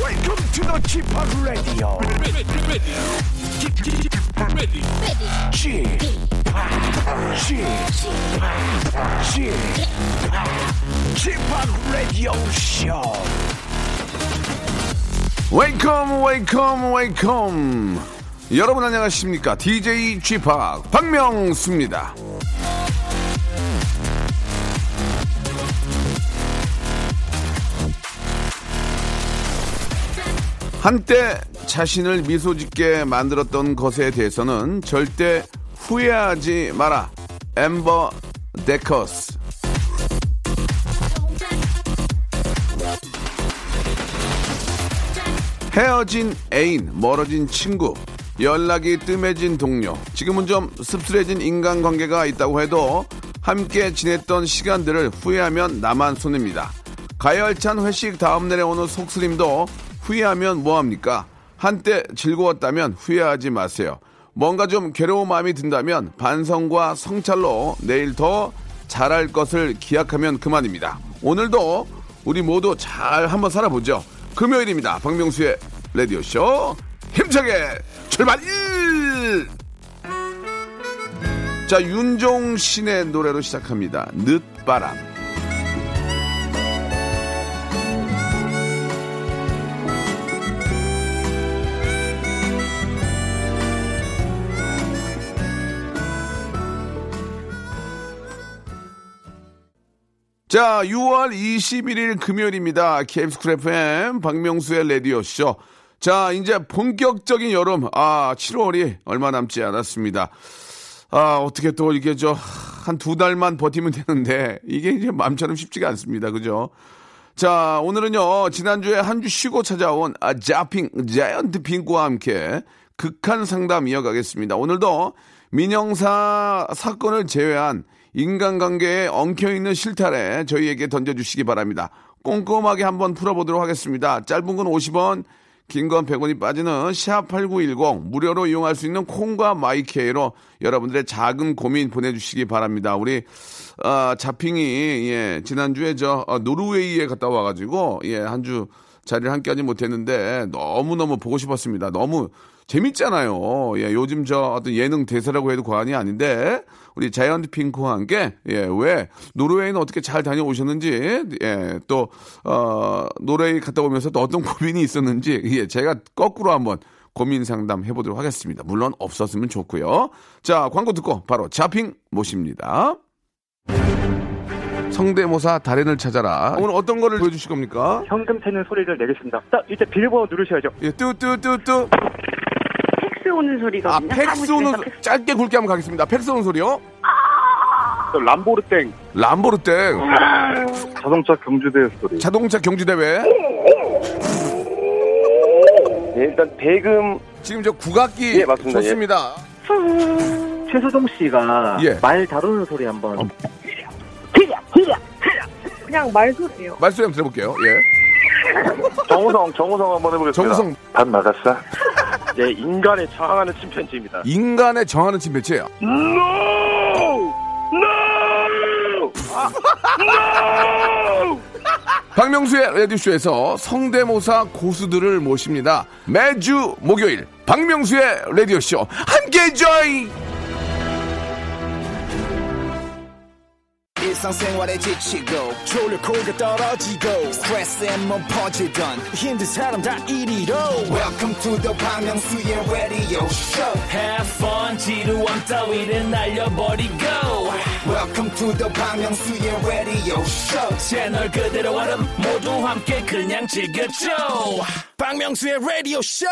Welcome to the g p o p Radio. ready, ready, ready, ready. g p o p g p o p g p o p Radio Show. 웨이컴 웨이컴 웨이컴 여러분 안녕하십니까 DJ g 파 박명수입니다 한때 자신을 미소 짓게 만들었던 것에 대해서는 절대 후회하지 마라 엠버 데커스 헤어진 애인, 멀어진 친구, 연락이 뜸해진 동료, 지금은 좀 씁쓸해진 인간관계가 있다고 해도 함께 지냈던 시간들을 후회하면 나만 손해입니다. 가열찬 회식 다음날에 오는 속쓰림도 후회하면 뭐합니까? 한때 즐거웠다면 후회하지 마세요. 뭔가 좀 괴로운 마음이 든다면 반성과 성찰로 내일 더 잘할 것을 기약하면 그만입니다. 오늘도 우리 모두 잘 한번 살아보죠. 금요일입니다. 박명수의 라디오쇼 힘차게 출발! 자, 윤종신의 노래로 시작합니다. 늦바람. 자, 6월 21일 금요일입니다. KBS 쿨 FM 박명수의 라디오쇼. 자, 이제 본격적인 여름. 아, 7월이 얼마 남지 않았습니다. 아, 어떻게 또 이게 저 한 두 달만 버티면 되는데 이게 이제 마음처럼 쉽지가 않습니다. 그죠? 자, 오늘은요, 지난주에 한 주 쉬고 찾아온 아, 자핑, 자이언트 핑크와 함께 극한 상담 이어가겠습니다. 오늘도 민영사 사건을 제외한 인간관계에 엉켜있는 실타래 저희에게 던져주시기 바랍니다. 꼼꼼하게 한번 풀어보도록 하겠습니다. 짧은 건 50원, 긴 건 100원이 빠지는 샵8910 무료로 이용할 수 있는 콩과 마이케이로 여러분들의 작은 고민 보내주시기 바랍니다. 우리 아, 자핑이 예, 지난주에 저 어, 노르웨이에 갔다 와가지고 예, 한 주 자리를 함께 하지 못했는데 너무너무 보고 싶었습니다. 너무 재밌잖아요. 예, 요즘 저 어떤 예능 대세라고 해도 과언이 아닌데 우리 자이언트 핑크와 함께 예, 왜 노르웨이는 어떻게 잘 다녀오셨는지 예, 또 어, 노르웨이 갔다 오면서 또 어떤 고민이 있었는지 예, 제가 거꾸로 한번 고민 상담 해보도록 하겠습니다. 물론 없었으면 좋고요. 자, 광고 듣고 바로 자핑 모십니다. 성대모사 달인을 찾아라. 오늘 어떤 거를 보여주실 겁니까? 현금 채는 소리를 내겠습니다. 자, 이제 빌보드 누르셔야죠. 예, 뚜뚜뚜뚜. 팩스 오는 소리가 아, 팩스 오는 소- 짧게 굵게 한번 가겠습니다. 팩스 오는 소리요. 람보르땡 람보르땡 자동차 경주대 소리. 자동차 경주대회. 네, 일단 배금 지금 저 국악기 예, 맞습니다. 좋습니다. 최수종 씨가 예. 어. 말 다루는 소리 한번. 그냥 말소리예요. 말소리 한번 들어볼게요. 예. 정우성 정우성 한번 해보겠습니다. 정우성 밥 나갔어? 네, 인간에 저항하는 침팬지입니다. 예. 인간의 정하는 팀 매치예요. 아, 박명수의 라디오쇼에서 성대모사 고수들을 모십니다. 매주 목요일 박명수의 라디오쇼 함께 join. 일상생활에 지치고, 졸려 코가 떨어지고, 스트레스에 몸 퍼지던, 힘든 사람 다 이리로. welcome to the Bang Myung-soo's radio show Have fun 지루함 따위를 날려버리고 welcome to the Bang Myung-soo's radio show 채널 그대로 와름 모두 함께 그냥 즐겨줘 박명수의 라디오 쇼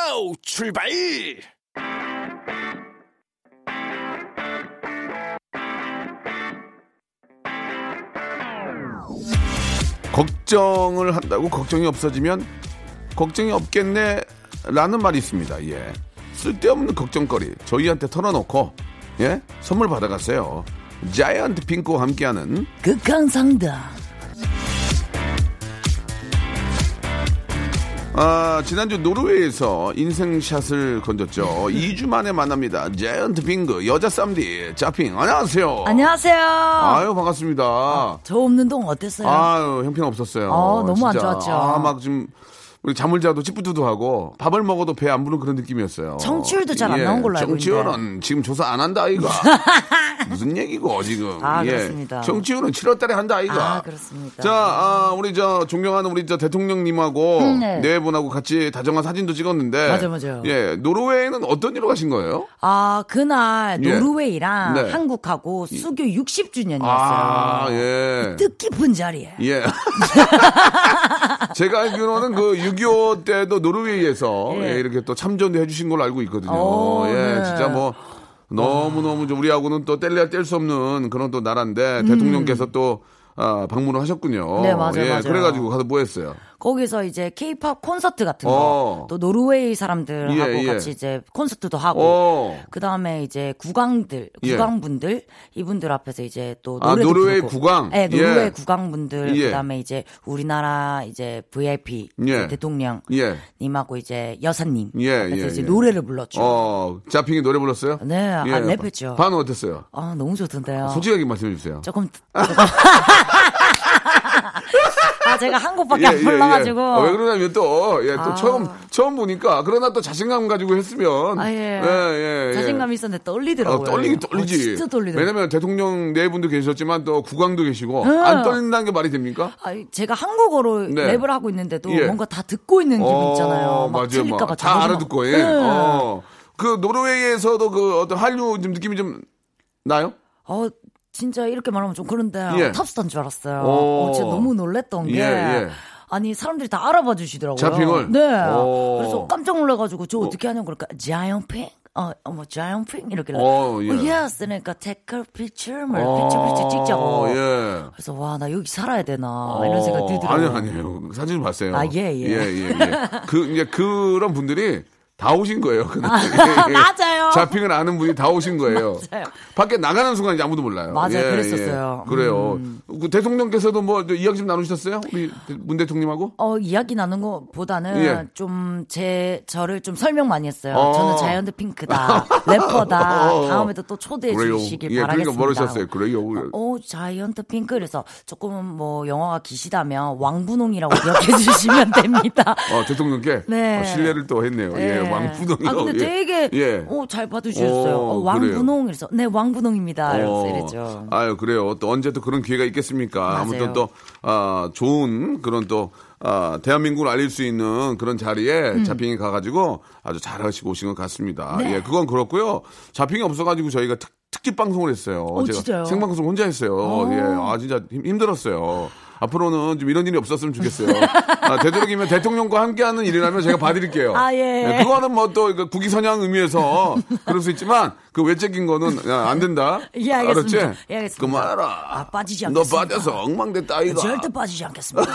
출발! 걱정을 한다고 걱정이 없어지면 걱정이 없겠네 라는 말이 있습니다. 예. 쓸데없는 걱정거리 저희한테 털어놓고 예? 선물 받아갔어요. 자이언트 핑크와 함께하는 극한상담 아, 지난주 노르웨이에서 인생샷을 건졌죠. 2주 만에 만납니다. 자이언트 핑크 여자 쌈디 자핑 안녕하세요. 안녕하세요. 아유 아, 반갑습니다. 저 없는 동 어땠어요? 아유 형편 없었어요. 아, 너무 네. 안 좋았죠. 아막 지금 우리 잠을 자도 찌뿌두두하고 밥을 먹어도 배 안 부른 그런 느낌이었어요. 정치율도 잘안 나온 걸로 알고 있는데. 정치율은 지금 조사 안 한다 아이가. 무슨 얘기고 지금. 아, 그렇습니다. 정치율은 7월달에 한다 아이가. 아, 그렇습니다. 자, 아, 우리 저 존경하는 우리 저 대통령님하고 음, 네. 네 분하고 같이 다정한 사진도 찍었는데. 맞아요, 맞아요. 예, 노르웨이는 어떤 일로 가신 거예요? 아, 그날 예. 노르웨이랑 네. 한국하고 수교 60주년이었어요. 아, 예. 뜻깊은 자리에. 예. 제가 알기로는 그 6.25 때도 노르웨이에서 예. 예, 이렇게 또 참전도 해주신 걸로 알고 있거든요. 오, 예, 네. 진짜 뭐 너무너무 좀 우리하고는 또 뗄래야 뗄 수 없는 그런 또 나라인데 대통령께서 또 아, 방문을 하셨군요. 음. 네, 맞아요, 예, 맞아요. 네. 그래가지고 가서 뭐 했어요? 거기서 이제 케이팝 콘서트 같은 어. 거, 또 노르웨이 사람들하고 예, 예. 같이 이제 콘서트도 하고, 어. 그 다음에 이제 국왕들, 예. 국왕분들 이분들 앞에서 이제 또 아, 노래도 노르웨이 부르고. 국왕? 네, 노르웨이 예. 국왕분들, 예. 그 다음에 이제 우리나라 이제 VIP 예. 대통령. 예. 님하고 이제 여사님 예, 그래서 예, 이제 예. 노래를 불렀죠. 어, 예, 자핑이 노래 불렀어요? 네, 아, 랩했죠. 반응 어땠어요? 아 너무 좋던데요. 솔직하게 말씀해 주세요. 조금 조금. 아 제가 한 곡밖에 안 불러가지고 예. 아, 왜 그러냐면 또, 예, 또 아. 처음, 처음 보니까, 그러나 또 자신감 가지고 했으면. 아, 예. 예, 예, 예. 자신감이 있었는데 아, 떨리더라고요. 떨리긴 떨리지. 어, 진짜 떨리더라고요. 왜냐면 대통령 네 분도 계셨지만 또 국왕도 계시고 안 떨린다는 게 말이 됩니까? 아, 제가 한국어로 네. 랩을 하고 있는데도 예. 뭔가 다 듣고 있는 기분 어, 있잖아요. 막 맞아요. 틀릴까봐 막 다 자존심 알아듣고, 없- 예. 네. 어. 어. 그 노르웨이에서도 그 어떤 한류 좀 느낌이 좀 나요? 어, 진짜 이렇게 말하면 좀 그런데 아, 예. 탑스타인 줄 알았어요. 오. 어, 진짜 너무 놀랬던 게. 예, 예. 아니 사람들이 다 알아봐 주시더라고요. 자핑을? 네. 오. 그래서 깜짝 놀라가지고 저 어떻게 하냐고 그러니까 자이언핑. 어, 어머, 자이언핑 이렇게. 오, 어, 예. yes. 그러니까 take a picture, 뭐, picture, picture 찍자고. 어, 예. 그래서 와, 나 여기 살아야 되나 이런 생각 어, 들더라고요. 아니요, 아니에요. 사진 좀 봤어요. 아, 예, 예. 예, 예. 그, 이제 그런 분들이 다 오신 거예요. 그날. 예, 예. 아, 맞아요. 자핑을 아는 분이 다 오신 거예요. 맞아요. 밖에 나가는 순간 이제 아무도 몰라요. 예, 맞아요. 그랬었어요. 음. 그래요. 그 대통령께서도 뭐저 이야기 좀 나누셨어요? 우리 문 대통령하고? 어, 이야기 나눈 것보다는 예. 좀 제 저를 좀 설명 많이 했어요. 어. 저는 자이언트 핑크다, 래퍼다. 어. 다음에도 또 초대해 네, 주시길 예, 바라겠습니다. 그러니까 모르셨어요. 그래요. 오 아, 자이언트 핑크 그래서 조금 뭐 영화가 기시다면 왕분홍이라고 기억해 주시면 됩니다. 어, 대통령께 네. 어, 신뢰를 또 했네요. 예, 네. 왕부동이 아 근데 되게 어, 잘 봐주셨어요. 오, 어, 그래요. 왕분홍 이래서 네 왕분홍입니다. 이래서 이랬죠. 어. 아유 그래요. 또 언제 또 그런 기회가 있겠습니까? 맞아요. 아무튼 또 아, 좋은 그런 또 아, 대한민국을 알릴 수 있는 그런 자리에 음. 자핑이 가가지고 아주 잘하시고 오신 것 같습니다. 네. 예, 그건 그렇고요. 자핑이 없어가지고 저희가 특, 특집 방송을 했어요. 제가 진짜요? 생방송 혼자 했어요. 예, 아 진짜 힘- 힘들었어요. 앞으로는 좀 이런 일이 없었으면 좋겠어요. 아, 되도록이면 대통령과 함께하는 일이라면 제가 봐드릴게요. 아, 예. 예, 그거는 뭐 또 국기선양 의미에서 그럴 수 있지만 그 외적인 거는 야, 안 된다. 예, 알겠습니다. 알았지? 예, 알겠습니다. 그만해라. 아, 빠지지 너 않겠습니다. 빠져서 엉망됐다, 아이가. 아. 절대 빠지지 않겠습니다.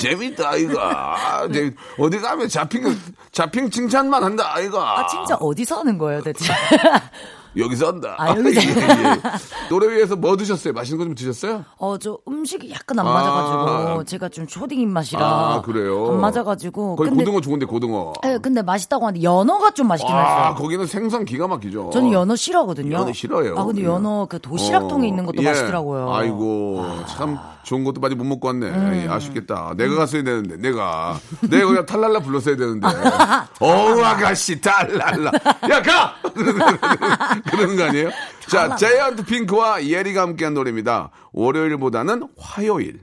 재밌다, 아이가. 아, 네. 이제 어디 가면 자핑, 자핑 칭찬만 한다, 아이가. 아 진짜 어디서 하는 거예요 대체? 여기서 한다. 예, 아, 여기서. 노래위에서 뭐 드셨어요? 맛있는 거 좀 드셨어요? 어, 저 음식이 약간 안 아. 맞아가지고, 제가 좀 초딩 입맛이라. 아, 그래요? 안 맞아가지고. 거기 고등어 좋은데, 고등어. 예, 근데 맛있다고 하는데, 연어가 좀 맛있긴 아, 했어요. 거기는 생선 기가 막히죠. 저는 연어 싫어하거든요. 연어 싫어요. 아, 근데 예. 연어 그 도시락통에 어, 있는 것도 예. 맛있더라고요. 음. 아이고 참 좋은 것도 많이 못 먹고 왔네. 예, 아쉽겠다. 내가 갔어야 되는데 내가 내가 그냥 탈랄라 불렀어야 되는데. 어우 아가씨 탈랄라. 야 가. 그러는 거 아니에요? 자 제이언트 핑크와 예리가 함께한 노래입니다. 월요일보다는 화요일.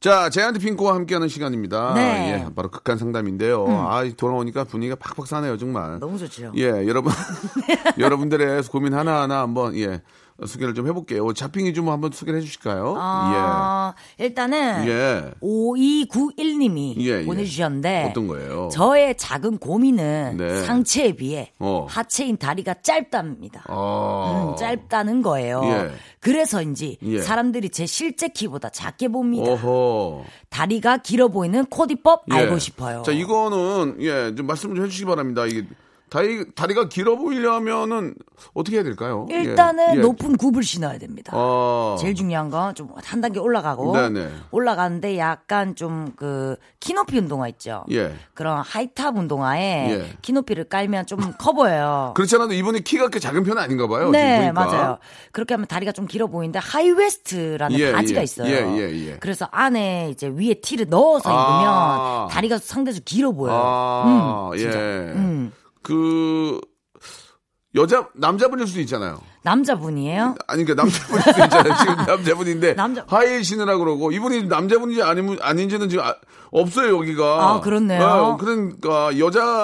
자, 제한테 핑크와 함께하는 시간입니다. 네. 음. 예, 바로 극한 상담인데요. 아, 돌아오니까 분위기가 팍팍 사네요, 정말. 너무 좋죠. 예, 여러분 여러분들의 고민 하나 하나 한번 예 소개를 좀 해볼게요. 어, 자핑이 좀 한번 소개를 해주실까요? 아, 일단은. 예, 예, 5291님이 예, 예. 보내주셨는데. 어떤 거예요? 저의 작은 고민은 네. 상체에 비해 어. 하체인 다리가 짧답니다. 아, 음, 짧다는 거예요. 예. 그래서인지 예. 사람들이 제 실제 키보다 작게 봅니다. 어허. 다리가 길어 보이는 코디법 예. 알고 싶어요. 자, 이거는 예, 좀 말씀 좀 해주시기 바랍니다. 이게 다리, 다리가 길어 보이려면은 어떻게 해야 될까요? 예, 일단은 예. 높은 굽을 신어야 됩니다. 아. 제일 중요한 건 좀 한 단계 올라가고 네네. 올라가는데 약간 좀 그 키높이 운동화 있죠. 예. 그런 하이탑 운동화에 예. 키높이를 깔면 좀 커 보여요. 그렇지 않아도 이분이 키가 그렇게 작은 편은 아닌가 봐요. 네, 지금 보니까. 맞아요. 그렇게 하면 다리가 좀 길어 보이는데 하이웨스트라는 예, 바지가 예, 있어요. 예, 예, 예. 그래서 안에 이제 위에 티를 넣어서 아. 입으면 다리가 상대적으로 길어 보여요. 아, 음, 예. 진짜. 음. 그, 여자, 남자분일 수도 있잖아요. 남자분이에요? 아니, 그러니까 남자분일 수도 있잖아요. 지금 남자분인데. 남자- 하이힐 신으라 그러고. 이분이 남자분인지 아니, 아닌지는 지금 아- 없어요, 여기가. 아, 그렇네요. 어, 그러니까,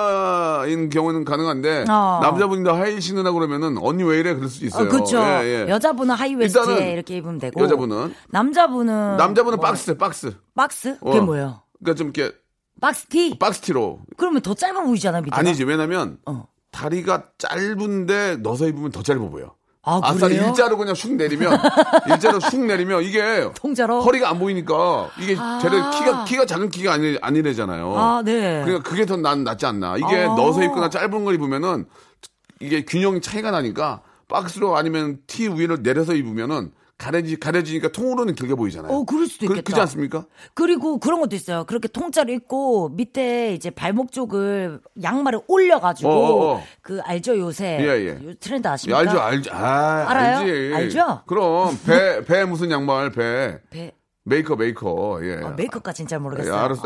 여자인 경우는 가능한데. 어. 남자분인데 하이힐 신으라 그러면은, 언니 왜 이래? 그럴 수도 어, 있어요. 그렇죠. 예, 예. 여자분은 어. 하이웨스트에 일단은 이렇게 입으면 되고 여자분은? 남자분은 남자분은 뭐- 박스, 박스. 박스? 그게 어. 뭐예요? 그러니까 좀 이렇게, 박스티? 박스티로. 그러면 더 짧아 보이잖아, 밑에. 아니지, 왜냐면, 그러니까? 어. 다리가 짧은데 넣어서 입으면 더 짧아 보여. 아, 아싸 그래요? 일자로 그냥 쑥 내리면 일자로 쑥 내리면 이게 통짜로? 허리가 안 보이니까 이게 아. 걔를 키가 키가 작은 키가 아니 아니래잖아요. 아, 네. 그러니까 그게 더 난 낫지 않나. 이게 아. 넣어서 입거나 짧은 걸 입으면은 이게 균형 차이가 나니까 박스로 아니면 티 위를 내려서 입으면은 가려지 가려지니까 통으로는 길게 보이잖아요. 어, 그럴 수도 있겠다. 그, 그지 않습니까? 그리고 그런 것도 있어요. 그렇게 통짜로 입고 밑에 이제 발목 쪽을 양말을 올려가지고 어, 어, 어. 그 알죠 요새 예, 예. 요 트렌드 예, 아십니까? 알죠, 알죠. 아, 그러니까 알아요? 알지. 알죠? 그럼 배배 무슨 양말 배 배- 메이커 메이커 예. 아, 메이크업까지는 잘 모르겠어요. 아, 예, 알았어.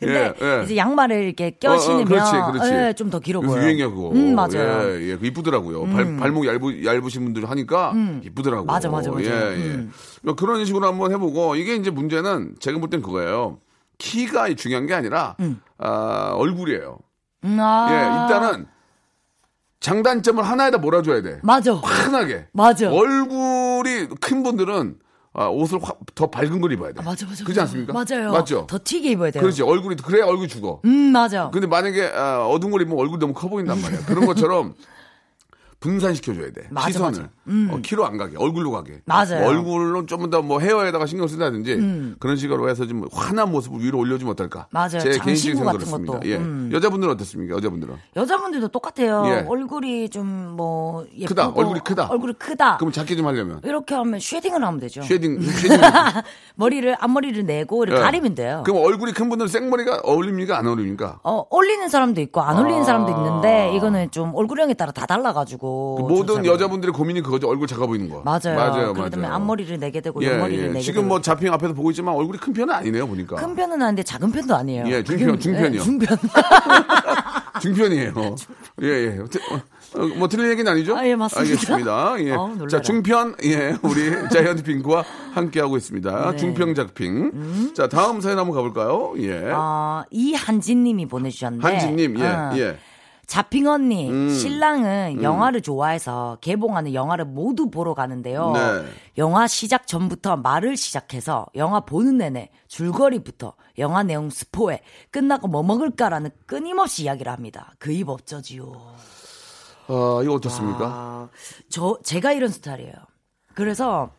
근데 예, 예. 이제 양말을 이렇게 어, 껴 어, 신으면 예, 그렇지, 그렇지. 좀 더 길어 요새 보여요. 유행이야 그거. 음, 맞아요. 음. 예, 예, 그 이쁘더라고요. 발, 발목 얇으, 얇으신 분들 하니까 이쁘더라고요. 맞아, 맞아, 맞아. 예, 예. 음. 뭐 그런 식으로 한번 해보고 이게 이제 문제는 제가 볼 땐 그거예요. 키가 중요한 게 아니라 아, 얼굴이에요. 음, 아. 예, 일단은 장단점을 하나에다 몰아줘야 돼. 맞아. 흔하게. 맞아. 얼굴이 큰 분들은 아, 옷을 확, 더 밝은 걸 입어야 돼. 아, 맞아, 맞아. 그렇지 맞아. 않습니까? 맞아요. 맞죠. 더 튀게 입어야 돼요. 그렇지. 얼굴이 그래야 얼굴 죽어. 음, 맞아. 근데 만약에 아, 어두운 걸 입으면 얼굴 너무 커 보인단 말이야. 그런 것처럼 분산시켜줘야 돼. 맞아, 시선을. 맞아. 음. 어, 키로 안 가게, 얼굴로 가게. 맞아요. 음. 뭐 얼굴로 좀 더 뭐 헤어에다가 신경 쓴다든지 그런 식으로 해서 좀 환한 모습을 위로 올려주면 어떨까? 맞아요. 제 개인적인 장신구 같은 생각으로습니다 것도. 예. 음. 여자분들은 어떻습니까? 여자분들은. 여자분들도 똑같아요. 예. 얼굴이 좀 뭐 예쁘고 크다. 얼굴이 크다. 얼굴이 크다. 그럼 작게 좀 하려면. 이렇게 하면 쉐딩을 하면 되죠. 쉐딩, 쉐딩. 머리를 앞머리를 내고 이렇게 예. 가리면 돼요. 그럼 얼굴이 큰 분들은 생머리가 어울립니까? 안 어울립니까? 어, 올리는 사람도 있고 안 올리는 아. 사람도 있는데 이거는 좀 얼굴형에 따라 다 달라가지고 그 모든 좀 어, 잘- 여자분들의 고민이 그거죠. 얼굴 작아 보이는 거. 맞아요. 맞아요. 그렇기 때문에 맞아요. 앞머리를 내게 되고 예, 옆머리를 예. 내게 지금 되고 뭐 자핑 앞에서 보고 있지만 얼굴이 큰 편은 아니네요, 보니까. 큰 편은 아닌데 작은 편도 아니에요. 예, 중편, 중편이요. 예, 중편. 중편이에요. 예, 예. 트- 어, 어, 뭐 틀린 얘기는 아니죠? 아, 예, 맞습니다. 알겠습니다. 예. 어우, 놀라라. 자, 중편, 예, 우리 자이언트 핑크와 함께하고 있습니다. 네. 중평 작핑. 자, 다음 사연 한번 가볼까요? 예. 어, 이한진님이 보내주셨는데 한진님, 예, 어, 예. 자핑 언니, 신랑은 영화를 좋아해서 개봉하는 영화를 모두 보러 가는데요. 네. 영화 시작 전부터 말을 시작해서 영화 보는 내내 줄거리부터 영화 내용 스포에 끝나고 뭐 먹을까라는 끊임없이 이야기를 합니다. 그 입 없죠지요. 아, 이거 어떻습니까? 아, 저 제가 이런 스타일이에요. 그래서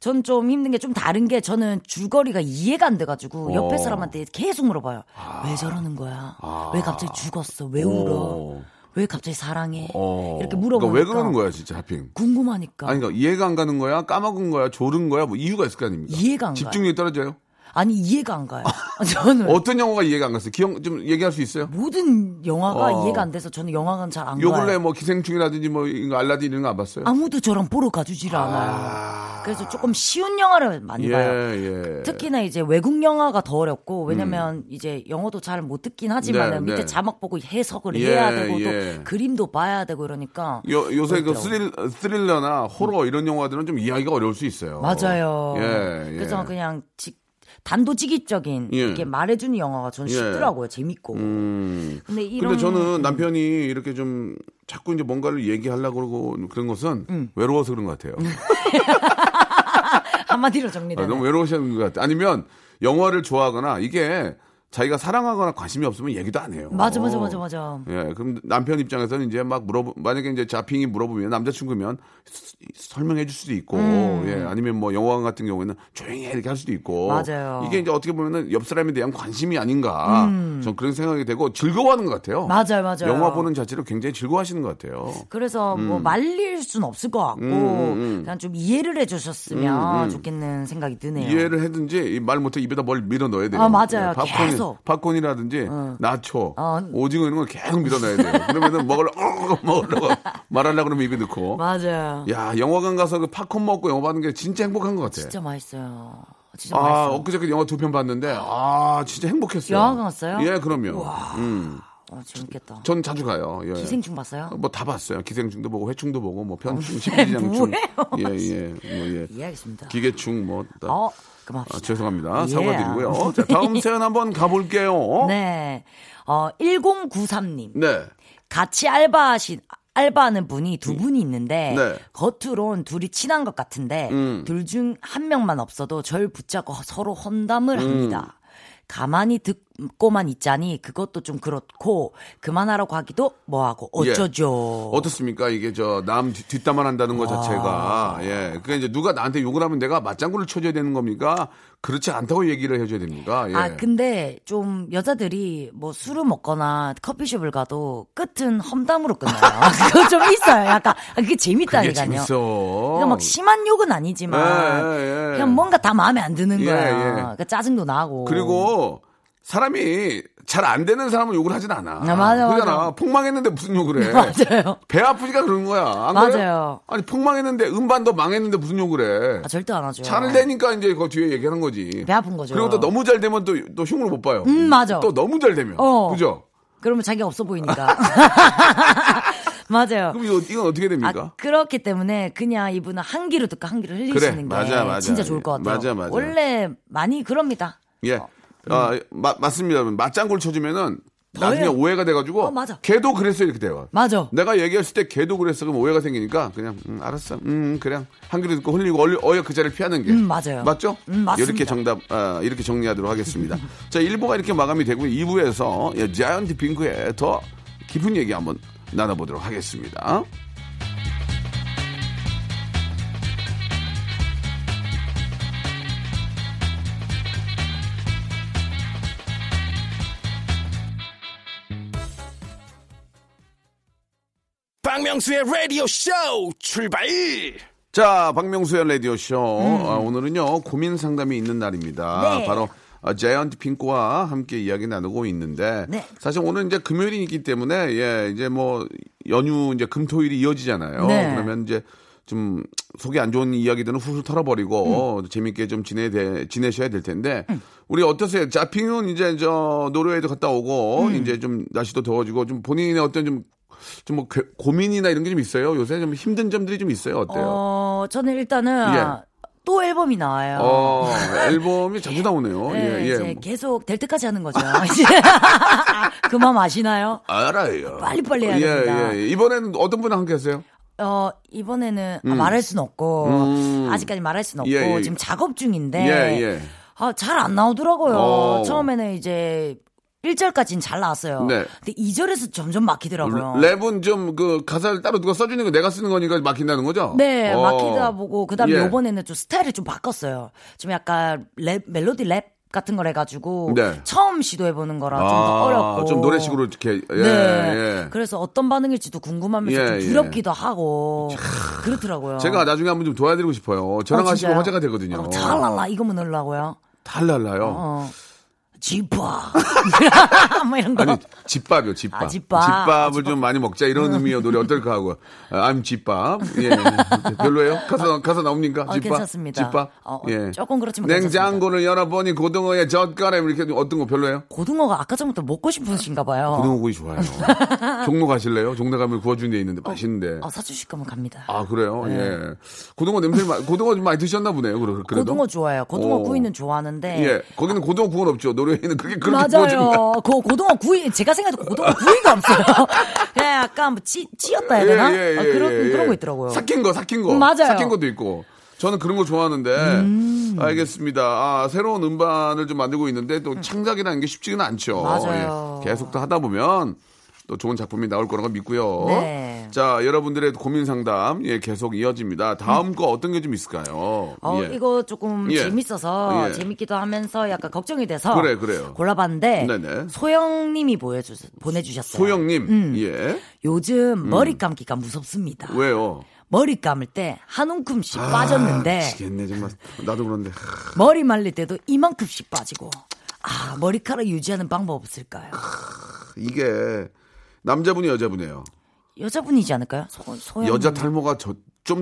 전 좀 힘든 게 좀 다른 게 저는 줄거리가 이해가 안 돼가지고 어. 옆에 아. 사람한테 계속 물어봐요. 왜 저러는 거야? 왜 갑자기 죽었어? 왜 울어? 오. 왜 갑자기 사랑해? 어. 이렇게 물어보니까 그러니까 왜 그러는 거야, 진짜 하핑? 궁금하니까. 아니, 그러니까 이해가 안 가는 거야? 까먹은 거야? 졸은 거야? 뭐 이유가 있을 거 아닙니까? 이해가 안 가요. 집중력이 떨어져요? 아니 이해가 안 가요. 저는 어떤 영화가 이해가 안 갔어요? 기억, 좀 얘기할 수 있어요? 모든 영화가 어. 이해가 안 돼서 저는 영화관 잘 안 요 가요. 근래 뭐 기생충이라든지 뭐 이거 알라딘 이런 거 안 봤어요? 아무도 저랑 보러 가주질 않아요. 그래서 조금 쉬운 영화를 많이 예, 봐요. 예. 음. 특히나 이제 외국 영화가 더 어렵고 왜냐면 이제 영어도 잘 못 듣긴 하지만 네, 은 밑에 네. 자막 보고 해석을 예, 해야 되고 또 예. 그림도 봐야 되고 이러니까 요, 요새 그 어렵더라고요. 스릴, 스릴러나 호러 이런 영화들은 좀 이야기가 어려울 수 있어요. 맞아요. 예, 예. 그래서 그냥 직- 단도직입적인 예. 이렇게 말해주는 영화가 저는 예. 쉽더라고요 재밌고 음. 근데 이런 근데 저는 남편이 이렇게 좀 자꾸 이제 뭔가를 얘기하려고 그러고 그런 것은 음. 외로워서 그런 것 같아요. 한마디로 아, 정리되는 너무 외로우시는 것 같아요. 아니면 영화를 좋아하거나 이게 자기가 사랑하거나 관심이 없으면 얘기도 안 해요. 맞아, 맞아, 맞아, 맞아. 예, 그럼 남편 입장에서는 이제 막 물어 만약에 이제 자핑이 물어보면 남자친구면 스- 설명해 줄 수도 있고 예, 아니면 뭐 영화관 같은 경우에는 조용히 해 이렇게 할 수도 있고 음. 맞아요. 이게 이제 어떻게 보면은 옆 사람에 대한 관심이 아닌가 전 그런 생각이 되고 즐거워하는 것 같아요. 음. 맞아요, 맞아요. 영화 보는 자체를 굉장히 즐거워하시는 것 같아요. 그래서 뭐 음. 말릴 순 없을 것 같고 그냥 좀 이해를 해주셨으면 좋겠는 생각이 드네요. 음, 이해를 해든지 이말 못해 입에다 뭘 밀어 넣어야 돼요. 어. 예, 아, 맞아요. 계속. 팝콘이, 라든지 나초, 어. 오징어 이런 걸 계속 밀어 넣어야 돼요. 그러면은 먹으려고 어, 먹으려고 말하려고 그러면 입에 넣고. 맞아요. 야 영화관 가서 그 팝콘 먹고 영화 봤는 게 진짜 행복한 것 같아. 진짜 맛있어요. 진짜 아 맛있어요. 엊그저께 영화 두 편 봤는데 아 진짜 행복했어요. 영화관 갔어요? 예, 그럼요. 음, 어, 재밌겠다. 전 자주 가요. 예. 기생충 봤어요? 뭐 다 봤어요. 기생충도 보고 회충도 보고 뭐 편충, 십이장충, 뭐예요? 예예, 뭐 예. 이해하겠습니다. 기계충 뭐. 다. 어, 아, 그만합시다. 죄송합니다. 예. 사과드리고요. 자, 다음 사연 한번 가볼게요. 네. 어, 1093님. 네. 같이 알바하신 알바하는 분이 두 분이 있는데 음. 네. 음. 겉으론 둘이 친한 것 같은데 둘 중 한 명만 없어도 절 붙잡고 서로 험담을 음. 합니다. 가만히 듣고만 있자니 그것도 좀 그렇고 그만하라고 하기도 뭐하고 어쩌죠. 예. 어떻습니까? 이게 저 남 뒷담화 한다는 것 아. 자체가 예. 그러니까 이제 누가 나한테 욕을 하면 내가 맞장구를 쳐줘야 되는 겁니까? 그렇지 않다고 얘기를 해줘야 됩니까? 예. 아 근데 좀 여자들이 뭐 술을 먹거나 커피숍을 가도 끝은 험담으로 끝나요. 그거 좀 있어요. 약간 아, 그게 그게 재밌다니까요. 재밌어. 그러니까 막 심한 욕은 아니지만 예, 예, 예. 그냥 뭔가 다 마음에 안 드는 예, 거예요. 예. 그러니까 짜증도 나고. 그리고 사람이 잘 안 되는 사람은 욕을 하진 않아. 아, 맞아, 그러잖아. 맞아. 폭망했는데 무슨 욕을 해? 맞아요. 배 아프니까 그런 거야. 안 맞아요. 그래요? 아니 폭망했는데 음반도 망했는데 무슨 욕을 해? 아, 절대 안 하죠. 잘을 내니까 이제 그 뒤에 얘기하는 거지. 배 아픈 거죠. 그리고 또 너무 잘 되면 또, 또 흉을 못 봐요. 음, 맞아. 또 너무 잘 되면. 어. 그죠? 그러면 자기가 없어 보이니까. 맞아요. 그럼 이거, 이건 어떻게 됩니까? 아, 그렇기 때문에 그냥 이분은 한 귀로 듣고 한 귀로 흘리시는 그래, 게 맞아, 맞아. 진짜 좋을 것 같아요. 맞아, 맞아. 원래 많이 어, 그럽니다. 예. 아, 마- 맞습니다. 맞장구를 쳐주면은 나중에 더해요. 오해가 돼가지고. 어, 맞아. 걔도 그랬어. 이렇게 돼요. 맞아. 내가 얘기했을 때 걔도 그랬어. 그럼 오해가 생기니까 그냥, 음, 알았어. 음, 그냥 한 귀로 듣고 흘리고 얼- 어여 그 자리를 피하는 게. 음, 맞아요. 맞죠? 음, 맞습니다. 이렇게 정답, 아, 이렇게 정리하도록 하겠습니다. 자, 1부가 이렇게 마감이 되고 2부에서 예, 자이언티 핑크의 더 깊은 얘기 한번 나눠보도록 하겠습니다. 박명수의 라디오 쇼 출발 자, 박명수의 라디오쇼. 아, 오늘은요, 고민 상담이 있는 날입니다. 음. 네. 바로, 아, 자이언트 핑크와 함께 이야기 나누고 있는데, 네. 사실 오늘 이제 금요일이기 때문에, 예, 이제 뭐, 연휴 이제 금, 토일이 이어지잖아요. 네. 그러면 이제 좀 속이 안 좋은 이야기들은 훌훌 털어버리고, 음. 재밌게 좀 지내, 지내셔야 될 텐데, 우리 어떠세요? 자핑은 이제 저, 노르웨이도 갔다 오고, 음. 이제 좀 날씨도 더워지고, 좀 본인의 어떤 좀, 좀 뭐 고민이나 이런 게 좀 있어요? 요새 좀 힘든 점들이 좀 있어요? 어때요? 어, 저는 일단은 아, 예. 또 앨범이 나와요. 어, 앨범이 자주 나오네요. 네, 예, 예. 이제 계속 될 때까지 하는 거죠. 이제 그맘 아시나요? 알아요. 빨리빨리 해야 예, 됩니다. 예, 예. 이번에는 어떤 분랑 함께 하세요? 어, 이번에는 아, 말할 순 없고, 아직까지 말할 순 없고, 음. 예, 예. 지금 작업 중인데, 예, 예. 아, 잘 안 나오더라고요. 오. 처음에는 이제 1절까지는 잘 나왔어요. 네. 근데 2절에서 점점 막히더라고요. 랩은 좀 그 가사를 따로 누가 써주는 거 내가 쓰는 거니까 막힌다는 거죠? 네, 어. 막히다 보고 그다음에 예. 요번에는 좀 스타일을 좀 바꿨어요. 좀 약간 랩 멜로디 랩 같은 걸 해가지고 네. 처음 시도해 보는 거라 좀 아, 더 어렵고 좀 노래식으로 이렇게. 예, 네. 예. 그래서 어떤 반응일지도 궁금하면서 예, 좀 예. 두렵기도 하고 그렇더라고요. 제가 나중에 한번 좀 도와드리고 싶어요. 저랑 아, 하시면 진짜요? 화제가 되거든요. 어, 잘랄라 이거만 넣으려고요. 달랄라요. 어. 지파 뭐 이런 거. 아니 집밥이요 집밥. 아, 집밥. 음. 을좀 많이 먹자 이런 의미의 노래 어떨까 하고 아, I'm 집밥. 예. 별로예요? 가사 가사 나옵니까? 어, 집밥. 괜찮습니다. 집밥. 예. 어, 어, 조금 그렇지만 냉장고를 열어보니 고등어에 젓가락 이렇게 어떤 거 별로예요? 고등어가 아까 전부터 먹고 싶으신가 봐요. 고등어구이 좋아요. 종로 가실래요? 종로 가면 구워주는 데 있는데 맛있는데. 아, 사주실 거면 갑니다. 아 그래요? 네. 예. 고등어 냄새 마- 고등어 좀 많이 드셨나 보네요. 그래- 그래도. 고등어 좋아해요. 고등어 오. 구이는 좋아하는데 예. 거기는 고등어 구운 없죠. 노래에는 그게 그렇게 구워진다. 맞아요. 그 고등어 구이 제가 생각해도 고등어 구이가 없어요. 예, 예, 약간 뭐 찌, 찌었다 해야 되나? 아, 그런 그런 거 있더라고요. 삭힌 거, 삭힌 거. 음, 맞아요. 음. 삭힌 것도 있고. 저는 그런 거 좋아하는데 알겠습니다. 아, 새로운 음반을 좀 만들고 있는데 또 창작이라는 게 쉽지는 않죠. 맞아요. 예, 계속 또 하다 보면 또 좋은 작품이 나올 거라고 믿고요. 네. 자, 여러분들의 고민 상담 예, 계속 이어집니다. 다음 거 어떤 게 좀 있을까요? 어, 예. 이거 조금 예. 재밌어서 예. 재밌기도 하면서 약간 걱정이 돼서 그래, 그래요. 골라봤는데 네네. 소영님이 보여주, 보내주셨어요. 소영님, 음. 예, 요즘 머리 감기가 무섭습니다. 왜요? 머리 감을 때 한 움큼씩 빠졌는데 아, 미치겠네 정말. 나도 그런데. 머리 말릴 때도 이만큼씩 빠지고 아 머리카락 유지하는 방법 없을까요? 이게 남자분이 여자분이에요. 여자분이지 않을까요? 소, 소영 여자 탈모가 좀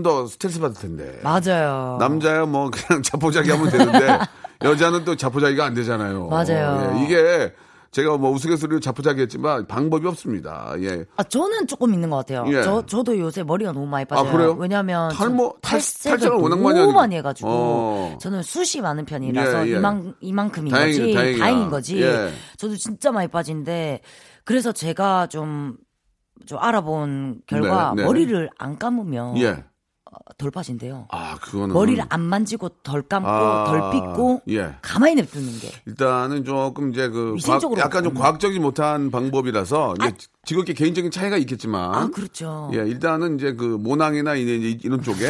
더 스트레스 받을 텐데. 맞아요. 남자야 뭐 그냥 자포자기 하면 되는데 여자는 또 자포자기가 안 되잖아요. 맞아요. 예, 이게 제가 뭐 우스갯소리로 자포자기 했지만 방법이 없습니다. 예. 아 저는 조금 있는 것 같아요. 예. 저 저도 요새 머리가 너무 많이 빠져요. 아, 그래요? 왜냐하면 탈모- 탈- 탈색을 탈색을 워낙 많이 너무 하니까. 많이 해가지고 어. 저는 숱이 많은 편이라서 예, 예. 이만 이만큼인 다행이다, 거지 다행이야. 다행인 거지. 예. 저도 진짜 많이 빠진데 그래서 제가 좀. 좀 알아본 결과 네, 네. 머리를 안 감으면 예. 덜 빠진대요. 아, 그거는 머리를 안 만지고 덜 감고 아, 덜 빗고 예. 가만히 냅두는 게 일단은 조금 이제 그 과학- 위생적으로 약간 좀 음. 과학적이지 못한 방법이라서 이게 지극히 개인적인 차이가 있겠지만 아, 그렇죠. 예, 일단은 이제 그 모낭이나 이제 이제 이런 쪽에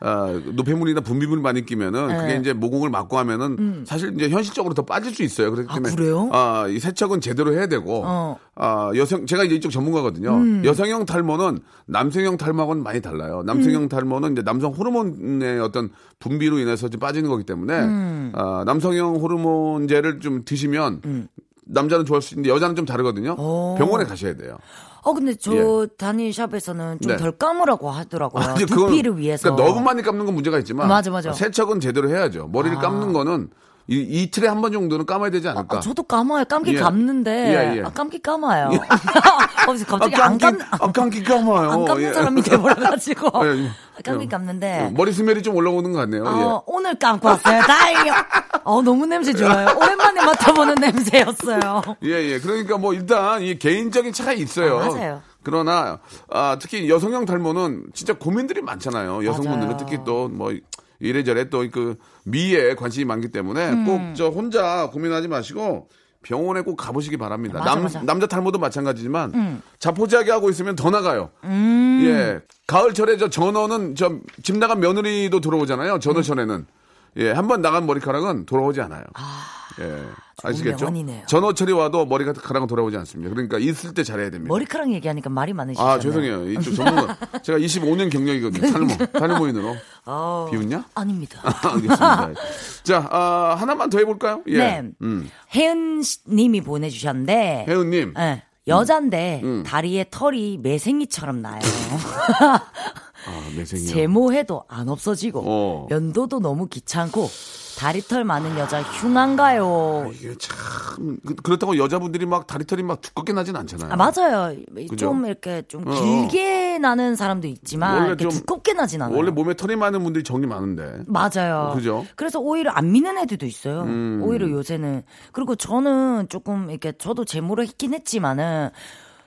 아, 노폐물이나 분비물 많이 끼면은 네. 그게 이제 모공을 막고 하면은 사실 이제 현실적으로 더 빠질 수 있어요. 그렇기 음. 아, 때문에 그래요? 아, 이 세척은 제대로 해야 되고 어. 음. 아, 여성 제가 이제 이쪽 전문가거든요. 여성형 탈모는 남성형 탈모하고는 많이 달라요. 남성형 음. 탈모는 이제 남성 호르몬의 어떤 분비로 인해서 좀 빠지는 거기 때문에 음. 아, 남성형 호르몬제를 좀 드시면 남자는 좋아할 수 있는데 여자는 좀 다르거든요. 오. 병원에 가셔야 돼요. 어 근데 저 단일 샵에서는 좀 예. 네. 덜 감으라고 하더라고요. 아니, 그건- 어, 두피를 위해서. 그러니까 너무 많이 감는 건 문제가 있지만. 맞아, 맞아. 세척은 제대로 해야죠. 머리를 감는 거는 이, 이틀에 한 번 정도는 감아야 되지 않을까. 아, 저도 감아요. 그러니까 감기 예. 감는데 예, 예. 아, 감기 감아요. 어, 갑자기 안 감, 아, 감기 감아요. 안 감는 예. 사람이 돼버려가지고 예, 예. 뭐, 아, 감기 감는데 어, 머리 스멜이 좀 올라오는 것 같네요. 예. 어, 오늘 감고 왔어요. 다행이요. 어 너무 냄새 좋아요. 오랜만에 맡아보는 냄새였어요. 예. 예, 예. 그러니까 뭐 일단 이 개인적인 차가 있어요. 아, 맞아요. 그러나 아, 특히 여성형 탈모는 진짜 고민들이 많잖아요. 여성분들은 맞아요. 특히 또 뭐 이래저래 또 그 미에 관심이 많기 때문에 음. 꼭 저 혼자 고민하지 마시고 병원에 꼭 가보시기 바랍니다. 맞아, 남, 맞아. 음. 남자 탈모도 마찬가지지만 자포자기 하고 있으면 더 나가요. 예. 가을철에 저 전어는 저 집 나간 며느리도 들어오잖아요. 전어철에는. 음. 예. 한 번 나간 머리카락은 돌아오지 않아요. 예. 아시겠죠? 명언이네요. 전어철이 와도 머리카락은 돌아오지 않습니다. 그러니까 있을 때 잘해야 됩니다. 머리카락 얘기하니까 말이 많으시잖아요. 아, 죄송해요. 이쪽 전문가. 제가 25년 경력이거든요. 탈모. 탈모인으로. 그러니까. 어, 비웃냐? 아닙니다. 알겠습니다. 자, 아, 하나만 더 해볼까요? 예. 네. 음. 혜은 씨- 님이 보내주셨는데. 혜은님. 음. 예. 여잔데 다리에 털이 매생이처럼 나요. 아, 매생이요. 제모해도 안 없어지고 어. 면도도 너무 귀찮고 다리털 많은 여자 흉한가요? 이게 참. 그- 그렇다고 여자분들이 막 다리털이 막 두껍게 나진 않잖아요. 아, 맞아요. 그죠? 좀 이렇게 좀 어. 길게 나는 사람도 있지만 원래 이렇게 좀- 두껍게 나진 않아요. 원래 몸에 털이 많은 분들이 정이 많은데. 맞아요. 그죠? 음. 래서 오히려 안 미는 애들도 있어요. 오히려 요새는. 그리고 저는 조금 이렇게 저도 제모를 했긴 했지만은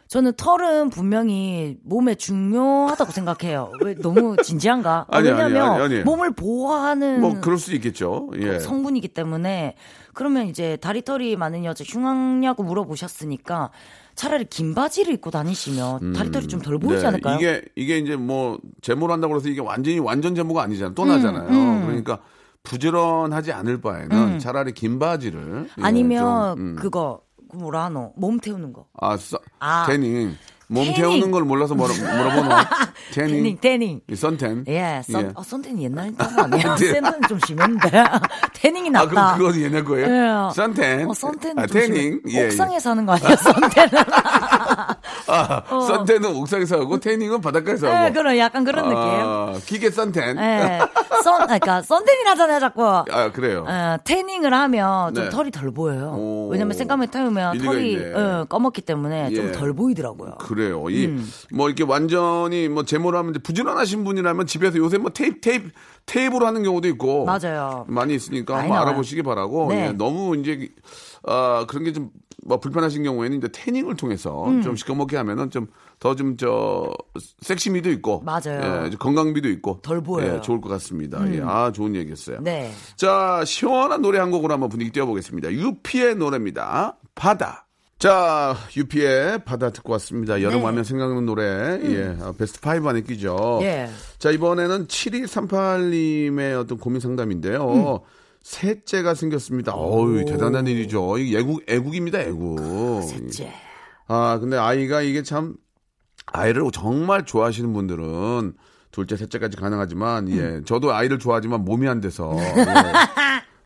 저는 털은 분명히 몸에 중요하다고 생각해요. 왜 너무 진지한가? 아니, 아니, 왜냐면 아니, 아니. 몸을 보호하는 뭐 그럴 수 있겠죠. 예. 성분이기 때문에 그러면 이제 다리털이 많은 여자 흉하냐고 물어보셨으니까 차라리 긴 바지를 입고 다니시면 다리털이 좀 덜 보이지 네, 않을까요? 이게 이게 이제 뭐 제모를 한다고 해서 이게 완전히 완전 제모가 아니잖아요. 또 나잖아요. 음, 그러니까 부지런하지 않을 바에는 차라리 긴 바지를 예, 아니면 좀, 음. 그거 그 뭐라 하노? 몸 태우는 거. 아, 써, 아. 태닝 몸 태닝. 태우는 걸 몰라서 뭐라 뭐라고 뭐 태닝 태닝, 태닝. 이 선텐 예, 선, 예. 네. 어, 선텐이 옛날 거 아니에요? 센은 좀 심했는데. 태닝이 아 낫다. 그럼 그건 옛날 거예요. 예. 선텐 어, 선텐. 아, 태닝 예, 예. 옥상에 사는 거 아니에요, 선텐은? 아, 어. 선텐은 옥상에서 하고 태닝은 바닷가에서 하고. 예, 그런, 약간 그런 느낌. 뭐. 아, 기계 선텐. 예. 선, 아, 그러니까, 선텐이라잖아요, 자꾸. 아 그래요. 어, 태닝을 하면 좀 네. 털이 덜 보여요. 오. 왜냐면 생감에 태우면 일리가 털이 있네. 어, 검었기 때문에 예. 좀 덜 보이더라고요. 그래요. 이, 음. 뭐, 이렇게 완전히, 뭐, 제모를 하면, 이제 부지런하신 분이라면 집에서 요새 뭐, 테이프, 테이프, 테이프로 하는 경우도 있고. 맞아요. 많이 있으니까 많이 한번 나와요. 알아보시기 바라고. 네. 예, 너무 이제, 아, 그런 게 좀, 뭐 불편하신 경우에는 이제 태닝을 통해서 음. 좀 시커멓게 하면은 좀 더 좀 저 섹시미도 있고 맞아요. 예, 이제 건강미도 있고 덜 보여요. 음. 예, 좋을 것 같습니다. 예, 아 좋은 얘기했어요. 네. 자, 시원한 노래 한 곡으로 한번 분위기 띄워보겠습니다. 유피의 노래입니다. 바다. 자, 유피의 바다 듣고 왔습니다. 여름 네. 음. 하면 생각나는 노래. 예, 아, 베스트 5 안에 끼죠. 예. 자, 이번에는 7238님의 어떤 고민 상담인데요. 음. 셋째가 생겼습니다. 어유 대단한 일이죠. 이게 애국, 애국입니다, 애국. 셋째. 아, 근데 아이가 이게 참, 아이를 정말 좋아하시는 분들은 둘째, 셋째까지 가능하지만, 예, 저도 아이를 좋아하지만 몸이 안 돼서. 예.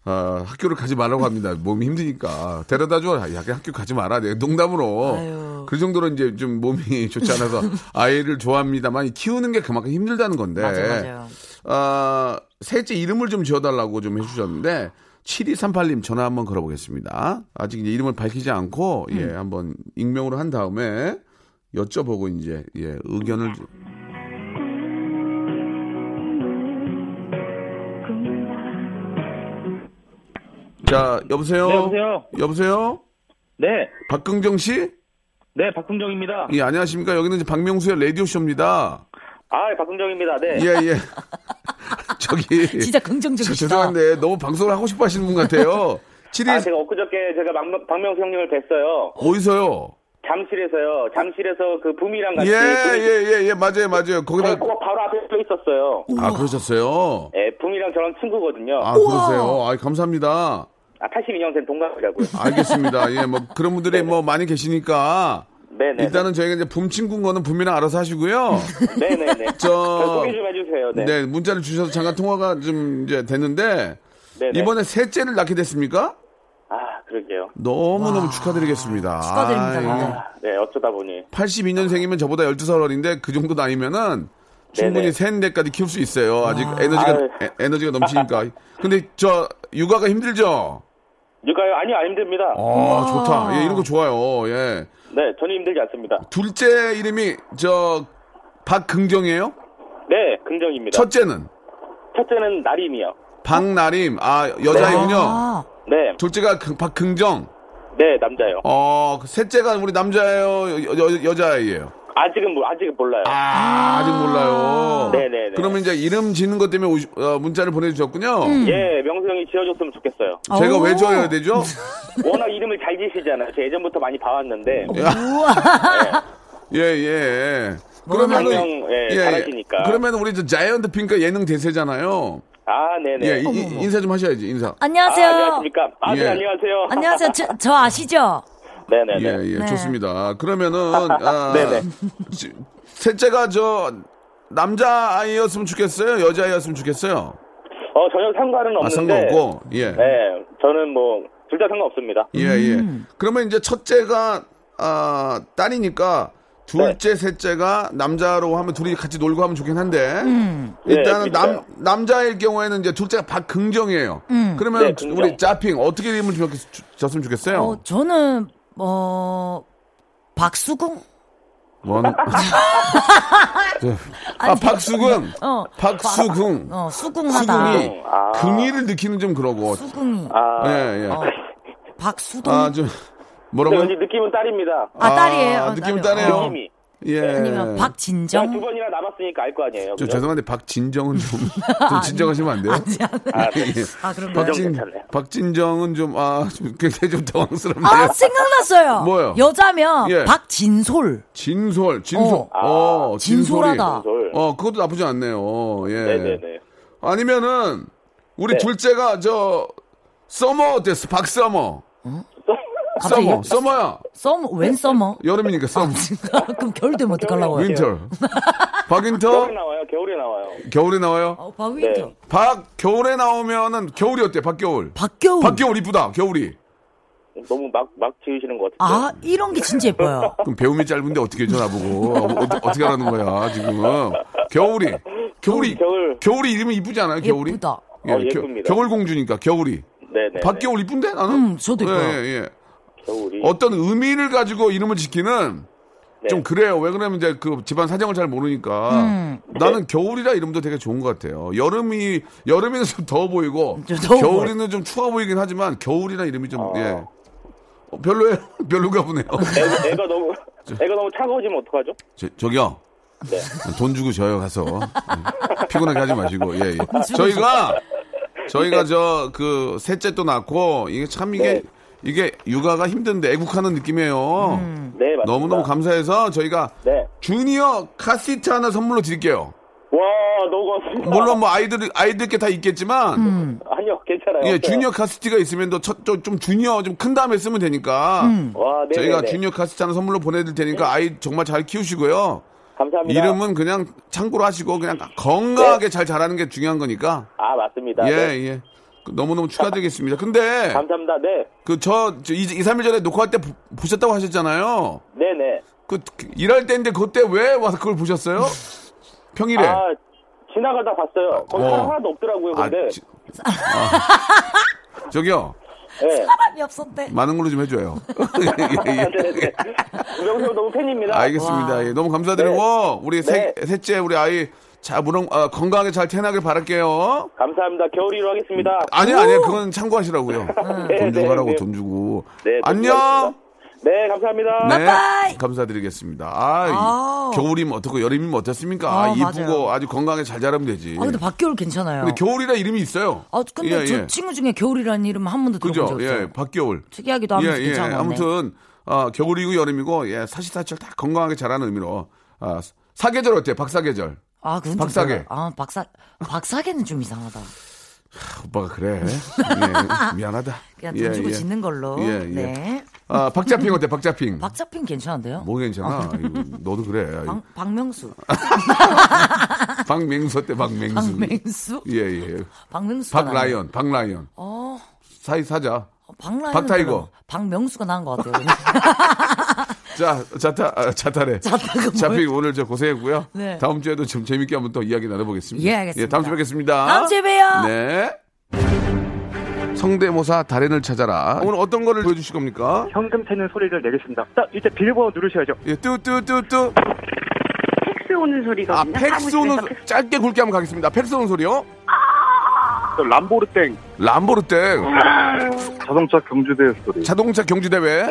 아, 학교를 가지 말라고 합니다. 몸이 힘드니까. 데려다 줘. 아, 야, 그냥 학교 가지 마라. 네, 농담으로. 아유. 그 정도로 이제 좀 몸이 좋지 않아서 아이를 좋아합니다만 키우는 게 그만큼 힘들다는 건데. 맞아요, 맞아요. 네. 아, 셋째 이름을 좀 지어달라고 좀 해주셨는데, 7238님 전화 한번 걸어보겠습니다. 아직 이제 이름을 밝히지 않고, 예, 음. 한번 익명으로 한 다음에 여쭤보고 이제, 예, 의견을. 좀- 자, 여보세요? 네, 여보세요? 여보세요? 네, 박근경 씨? 네, 박금정입니다. 예, 안녕하십니까. 여기는 이제 박명수의 라디오쇼입니다. 아, 박금정입니다. 네. 예, 예. 저기. 진짜 예. 저, 긍정적이시다. 죄송한데 너무 방송을 하고 싶어 하시는 분 같아요. 7위 아, 제가 엊그저께 제가 막- 박명수 형님을 뵀어요. 뭐 어디서요? 잠실에서요. 잠실에서 그 붐이랑 같이. 예, 예, 예, 예, 맞아요, 맞아요. 거기다. 거 바로 앞에 서 있었어요. 아, 그러셨어요? 예, 붐이랑 저랑 친구거든요. 아, 그러세요? 아, 감사합니다. 아, 82년생 동갑이라고요. 알겠습니다. 예, 뭐, 그런 분들이 뭐 많이 계시니까. 네네. 일단은 저희가 이제 붐 친구인 거는 붐이랑 알아서 하시고요. 네네네. 저- 저 소개 좀 해주세요. 네. 네. 문자를 주셔서 잠깐 통화가 좀 이제 됐는데. 네네. 이번에 셋째를 낳게 됐습니까? 아, 그러게요. 너무너무 축하드리겠습니다. 축하드립니다. 아이, 예. 근데. 네, 어쩌다 보니. 82년생이면 저보다 12살 어린데 그 정도 나이면은 충분히 네네. 셋, 넷까지 키울 수 있어요. 아직 에너지가, 아유. 에, 에너지가 넘치니까. 근데 저, 육아가 힘들죠? 육아요? 아니요, 안 힘듭니다. 아, 좋다. 예, 이런 거 좋아요. 예. 네, 저는 힘들지 않습니다. 둘째 이름이 저, 박긍정이에요? 네, 긍정입니다. 첫째는? 첫째는 나림이요. 박나림. 아, 여자이군요. 아, 네, 둘째가 긍- 박긍정. 네, 남자요. 어, 그 셋째가 우리 남자예요? 여, 여, 여자아이예요? 아직은, 몰- 아직은 몰라요. 아, 아직 몰라요. 네네네. 그러면 이제 이름 짓는 것 때문에 오시- 어, 문자를 보내주셨군요. 예, 명수 형이 지어줬으면 좋겠어요. 제가 오. 왜 줘야 되죠? 워낙 이름을 잘 지시잖아요. 제가 예전부터 많이 어, 봐왔는데. 네. 예, 예. 분명, 예, 잘하시니까. 그러면 우리 저 자이언트 핑크 예능 대세잖아요. 아, 네네. 예, 이- 이- 인사 좀 하셔야지, 인사. 안녕하세요. 아, 안녕하십니까. 아, 네, 예. 안녕하세요. 안녕하세요. 저, 저 아시죠? 네네네. 예, 예, 네. 좋습니다. 그러면은, 아, 네네. 지- 셋째가 저, 남자아이였으면 좋겠어요? 여자아이였으면 좋겠어요? 어, 전혀 상관은 아, 없는데. 상관없고, 예. 네, 저는 뭐, 둘 다 상관없습니다. 예, 예. 음. 그러면 이제 첫째가, 아, 딸이니까, 둘째, 네. 셋째가 남자로 하면 둘이 같이 놀고 하면 좋긴 한데, 음. 일단은 네, 남, 그러니까요. 남자일 경우에는 이제 둘째가 박긍정이에요. 음. 그러면 네, 긍정. 우리 짜핑, 어떻게 이름을 줬- 줬으면 좋겠어요? 어, 저는 어 박수궁? 원. 저- 아, 아니, 박수궁. 어. 박수궁. 어, 수궁하다. 수궁이. 아. 긍이를 느끼는 좀 그러고. 수궁이. 아, 예, 예. 어, 박수동. 아, 좀, 근데 뭐라고요? 왠지 느낌은 딸입니다. 아, 딸이에요. 아, 어, 느낌은 딸이요. 딸이에요. 느낌이. 예. 네. 아니면 제가 두 박진정? 번이나 남았으니까 알 거 아니에요. 저 그죠? 죄송한데 박진정은 좀, 좀 진정하시면 안 돼요? 아, 예, 네. 예. 아, 그런가요? 박진, 괜찮아요. 박진정은 좀, 아, 좀 굉장히 좀 당황스럽네요. 아, 생각났어요. 뭐요? 여자면 예. 박진솔. 진솔, 진솔. 아, 어, 진솔이. 진솔하다. 솔. 어, 그것도 나쁘지 않네요. 예. 네네네. 아니면은 우리 네. 둘째가 저 써머 어땠어? 박써머. 갑자기 아, 써머. 써머야. 썸, 웬 써머? 여름이니까 써머. 그럼 겨울 되면 어떡하려고요? 윈터. 박윈터 겨울에 나와요. 겨울에 나와요. 겨울에 나와요. 어, 박윈터. 네. 박 겨울에 나오면은 겨울이 어때? 박겨울. 박겨울. 박겨울 이쁘다. 겨울이. 너무 막, 막 지으시는 것 같아요. 아, 이런 게 진짜 예뻐요. 그럼 배움이 짧은데 어떻게 해줘 나보고 어, 어, 떻게 하라는 거야 지금 겨울이 겨울이 겨울. 겨울이 이름이 이쁘지 않아요 겨울이 예쁘다. 예, 어, 예쁩니다. 겨, 울 공주니까 겨울이 네네. 박겨울 이쁜데 나는 음, 저도 예, 이뻐요. 예, 예. 겨울이. 어떤 의미를 가지고 이름을 지키는 네. 좀 그래요. 왜 그러냐면 이제 그 집안 사정을 잘 모르니까 나는 겨울이라 이름도 되게 좋은 것 같아요. 여름이 여름에는 좀 더워 보이고 좀 더워 겨울에는 좀 추워 보이긴 하지만 겨울이라 이름이 좀 어. 예. 어, 별로예요. 별로가 보네요. 애가, 애가 너무 애가 너무 차가워지면 어떡하죠? 저, 저기요. 네. 돈 주고 저요 가서 음, 피곤하게 하지 마시고 예, 예. 저희가 저희가 저 그 셋째 또 낳고 이게 참 이게 네. 이게 육아가 힘든데 애국하는 느낌이에요. 네, 맞습니다. 너무너무 감사해서 저희가 네. 주니어 카시트 하나 선물로 드릴게요. 와, 너무 고맙습니다. 물론 뭐 아이들 아이들께 다 있겠지만 아니요, 괜찮아요. 예 없어요. 주니어 카시트가 있으면 더좀 좀 주니어 좀 큰 다음에 쓰면 되니까 와, 네. 저희가 네, 네. 주니어 카시트 하나 선물로 보내드릴 테니까 아이 정말 잘 키우시고요. 감사합니다. 이름은 그냥 참고로 하시고 그냥 건강하게 잘 자라는 게 중요한 거니까 아, 맞습니다. 예 네. 예. 그 너무너무 축하드리겠습니다. 근데 감사합니다. 네. 그저 저, 2, 3일 전에 녹화할 때 보, 셨다고 하셨잖아요. 네, 네. 그, 그 일할 때인데 그때 왜 와서 그걸 보셨어요? 평일에. 아, 지나가다 봤어요. 거기 예. 네. 어. 사람 하나도 없더라고요, 아, 근데. 지- 아. 저기요. 네. 사람이 없었대. 많은 걸로 좀 해줘요. 아, 예, 예. 네, 네. 우병수 형 너무 팬입니다. 알겠습니다. 예, 너무 감사드리고 우리 세, 네. 셋째 우리 아이 자 무럭 아, 건강하게 잘 태어나길 바랄게요. 감사합니다. 겨울이로 하겠습니다. 아니 요 아니 요 그건 참고하시라고요. 네, 돈 주고 네, 하라고 네. 돈 주고. 네, 돈 주고 안녕. 하겠습니다. 네, 감사합니다. 네, 바이바이. 감사드리겠습니다. 아, 이 아우. 겨울이면 뭐 어떻고 여름이면 어떻습니까? 아, 이쁘고 맞아요. 아주 건강하게 잘 자라면 되지. 아 근데 박겨울 괜찮아요. 예. 근데 겨울이라 이름이 있어요. 아 근데 예, 저 예. 친구 중에 겨울이라는 이름은 한 번도 들어본 그죠? 적 없어요. 예, 박겨울. 예, 특이하기도 하면서 괜찮았네. 아무튼 어, 겨울이고 여름이고 예, 사시사철 다 건강하게 자라는 의미로 아, 사계절 어때? 요 박사계절. 아 그건 좀 박사계. 별로- 아 박사 박사계는 좀 이상하다. 아, 오빠가 그래. 예, 미안하다. 그냥 돈 주고 짓는 걸로. 예, 예. 네. 아, 박자핑 어때? 박자핑. 박자핀 괜찮은데요? 뭐 괜찮아. 이거 너도 그래. 박, 박명수. 박맹수 때 박맹수. 박맹수? 예, 예. 박명수. 박라이언, 박라이언. 어, 사이 사자. 박라이언. 박타이거. 박명수가 나은 것 같아요. 자, 자타, 아, 자타래. 자타가 뭐예요? 자핑 오늘 저 고생했고요. 네. 다음 주에도 좀 재밌게 한번 더 이야기 나눠보겠습니다. 예, 알겠습니다. 다음 주에 뵙겠습니다. 다음 주에 봬요. 네. 성대모사 달인을 찾아라. 오늘 어떤 거를 보여주실 겁니까? 현금 채는 소리를 내겠습니다. 딱 이때 빌보드 누르셔야죠. 예, 뚜뚜뚜뚜. 팩스 오는 소리가 아, 팩스 오는 소- 짧게 굵게 한번 가겠습니다. 팩스 오는 소리요. 람보르땡. 람보르땡. 아, 자동차 경주대회 소리. 자동차 경주대회.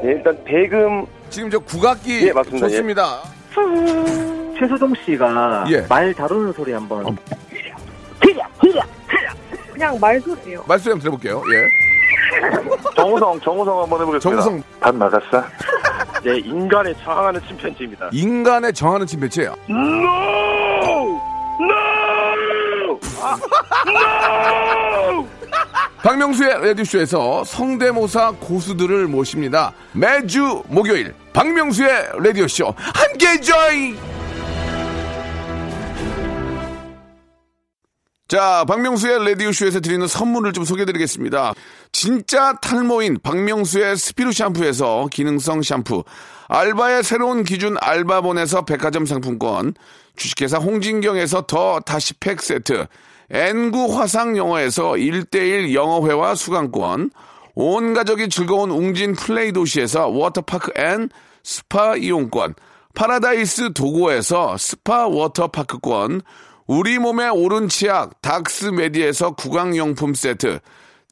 네, 예, 일단 대금 지금 저 국악기 예, 맞습니다. 좋습니다. 아, 최수종 씨가 예. 말 다루는 소리 한번. 그냥 말 소리예요. 말소리 한번 들어볼게요. 예. 정우성 정우성 한번 해보겠습니다. 정우성. 밥 나갔어? 예, 인간에 저항하는 침팬지입니다. 인간의 정하는 집 매체야. 아, 박명수의 라디오쇼에서 성대모사 고수들을 모십니다. 매주 목요일 박명수의 라디오쇼 함께 join. 자, 박명수의 라디오쇼에서 드리는 선물을 좀 소개해드리겠습니다. 진짜 탈모인 박명수의 스피루 샴푸에서 기능성 샴푸, 알바의 새로운 기준 알바본에서 백화점 상품권, 주식회사 홍진경에서 더 다시 팩 세트, N구 화상 영어에서 1대1 영어회화 수강권, 온 가족이 즐거운 웅진 플레이 도시에서 워터파크 앤 스파 이용권, 파라다이스 도고에서 스파 워터파크권, 우리 몸의 오른 치약 닥스메디에서 구강용품 세트,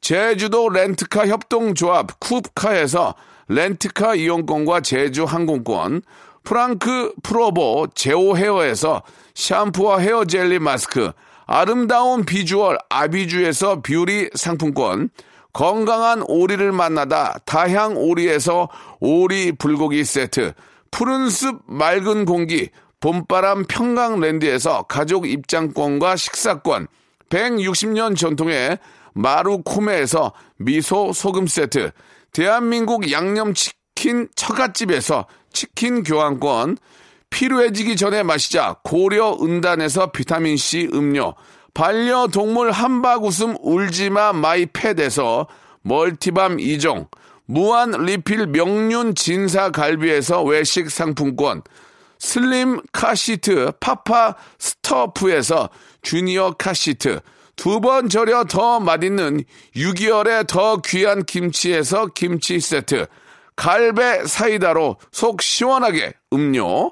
제주도 렌트카 협동조합 쿱카에서 렌트카 이용권과 제주 항공권, 프랑크 프로보 제오 헤어에서 샴푸와 헤어 젤리 마스크, 아름다운 비주얼 아비주에서 뷰리 상품권, 건강한 오리를 만나다 다향 오리에서 오리 불고기 세트, 푸른 숲 맑은 공기, 봄바람 평강랜드에서 가족 입장권과 식사권, 160년 전통의 마루코메에서 미소 소금 세트, 대한민국 양념치킨 처갓집에서 치킨 교환권, 필요해지기 전에 마시자 고려 은단에서 비타민C 음료, 반려동물 한박 웃음 울지마 마이 팻에서 멀티밤 2종, 무한 리필 명륜 진사 갈비에서 외식 상품권, 슬림 카시트 파파 스토프에서 주니어 카시트 두 번 절여 더 맛있는 6개월의 더 귀한 김치에서 김치 세트 갈배 사이다로 속 시원하게 음료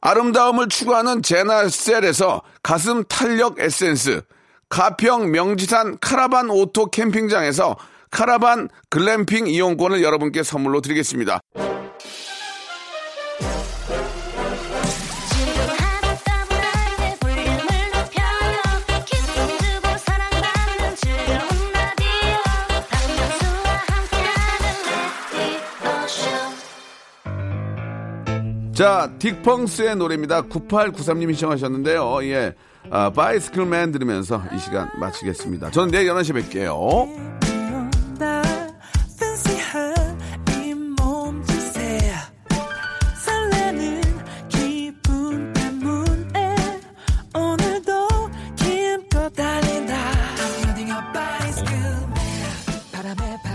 아름다움을 추구하는 제나셀에서 가슴 탄력 에센스, 가평 명지산 카라반 오토 캠핑장에서 카라반 글램핑 이용권을 여러분께 선물로 드리겠습니다. 자, 딕펑스의 노래입니다. 9893님이 신청하셨는데요. 예. 아, 바이스클맨 들으면서 이 시간 마치겠습니다. 저는 내일 11시 뵐게요. 달린다 I'm running a bicycle 바람에 바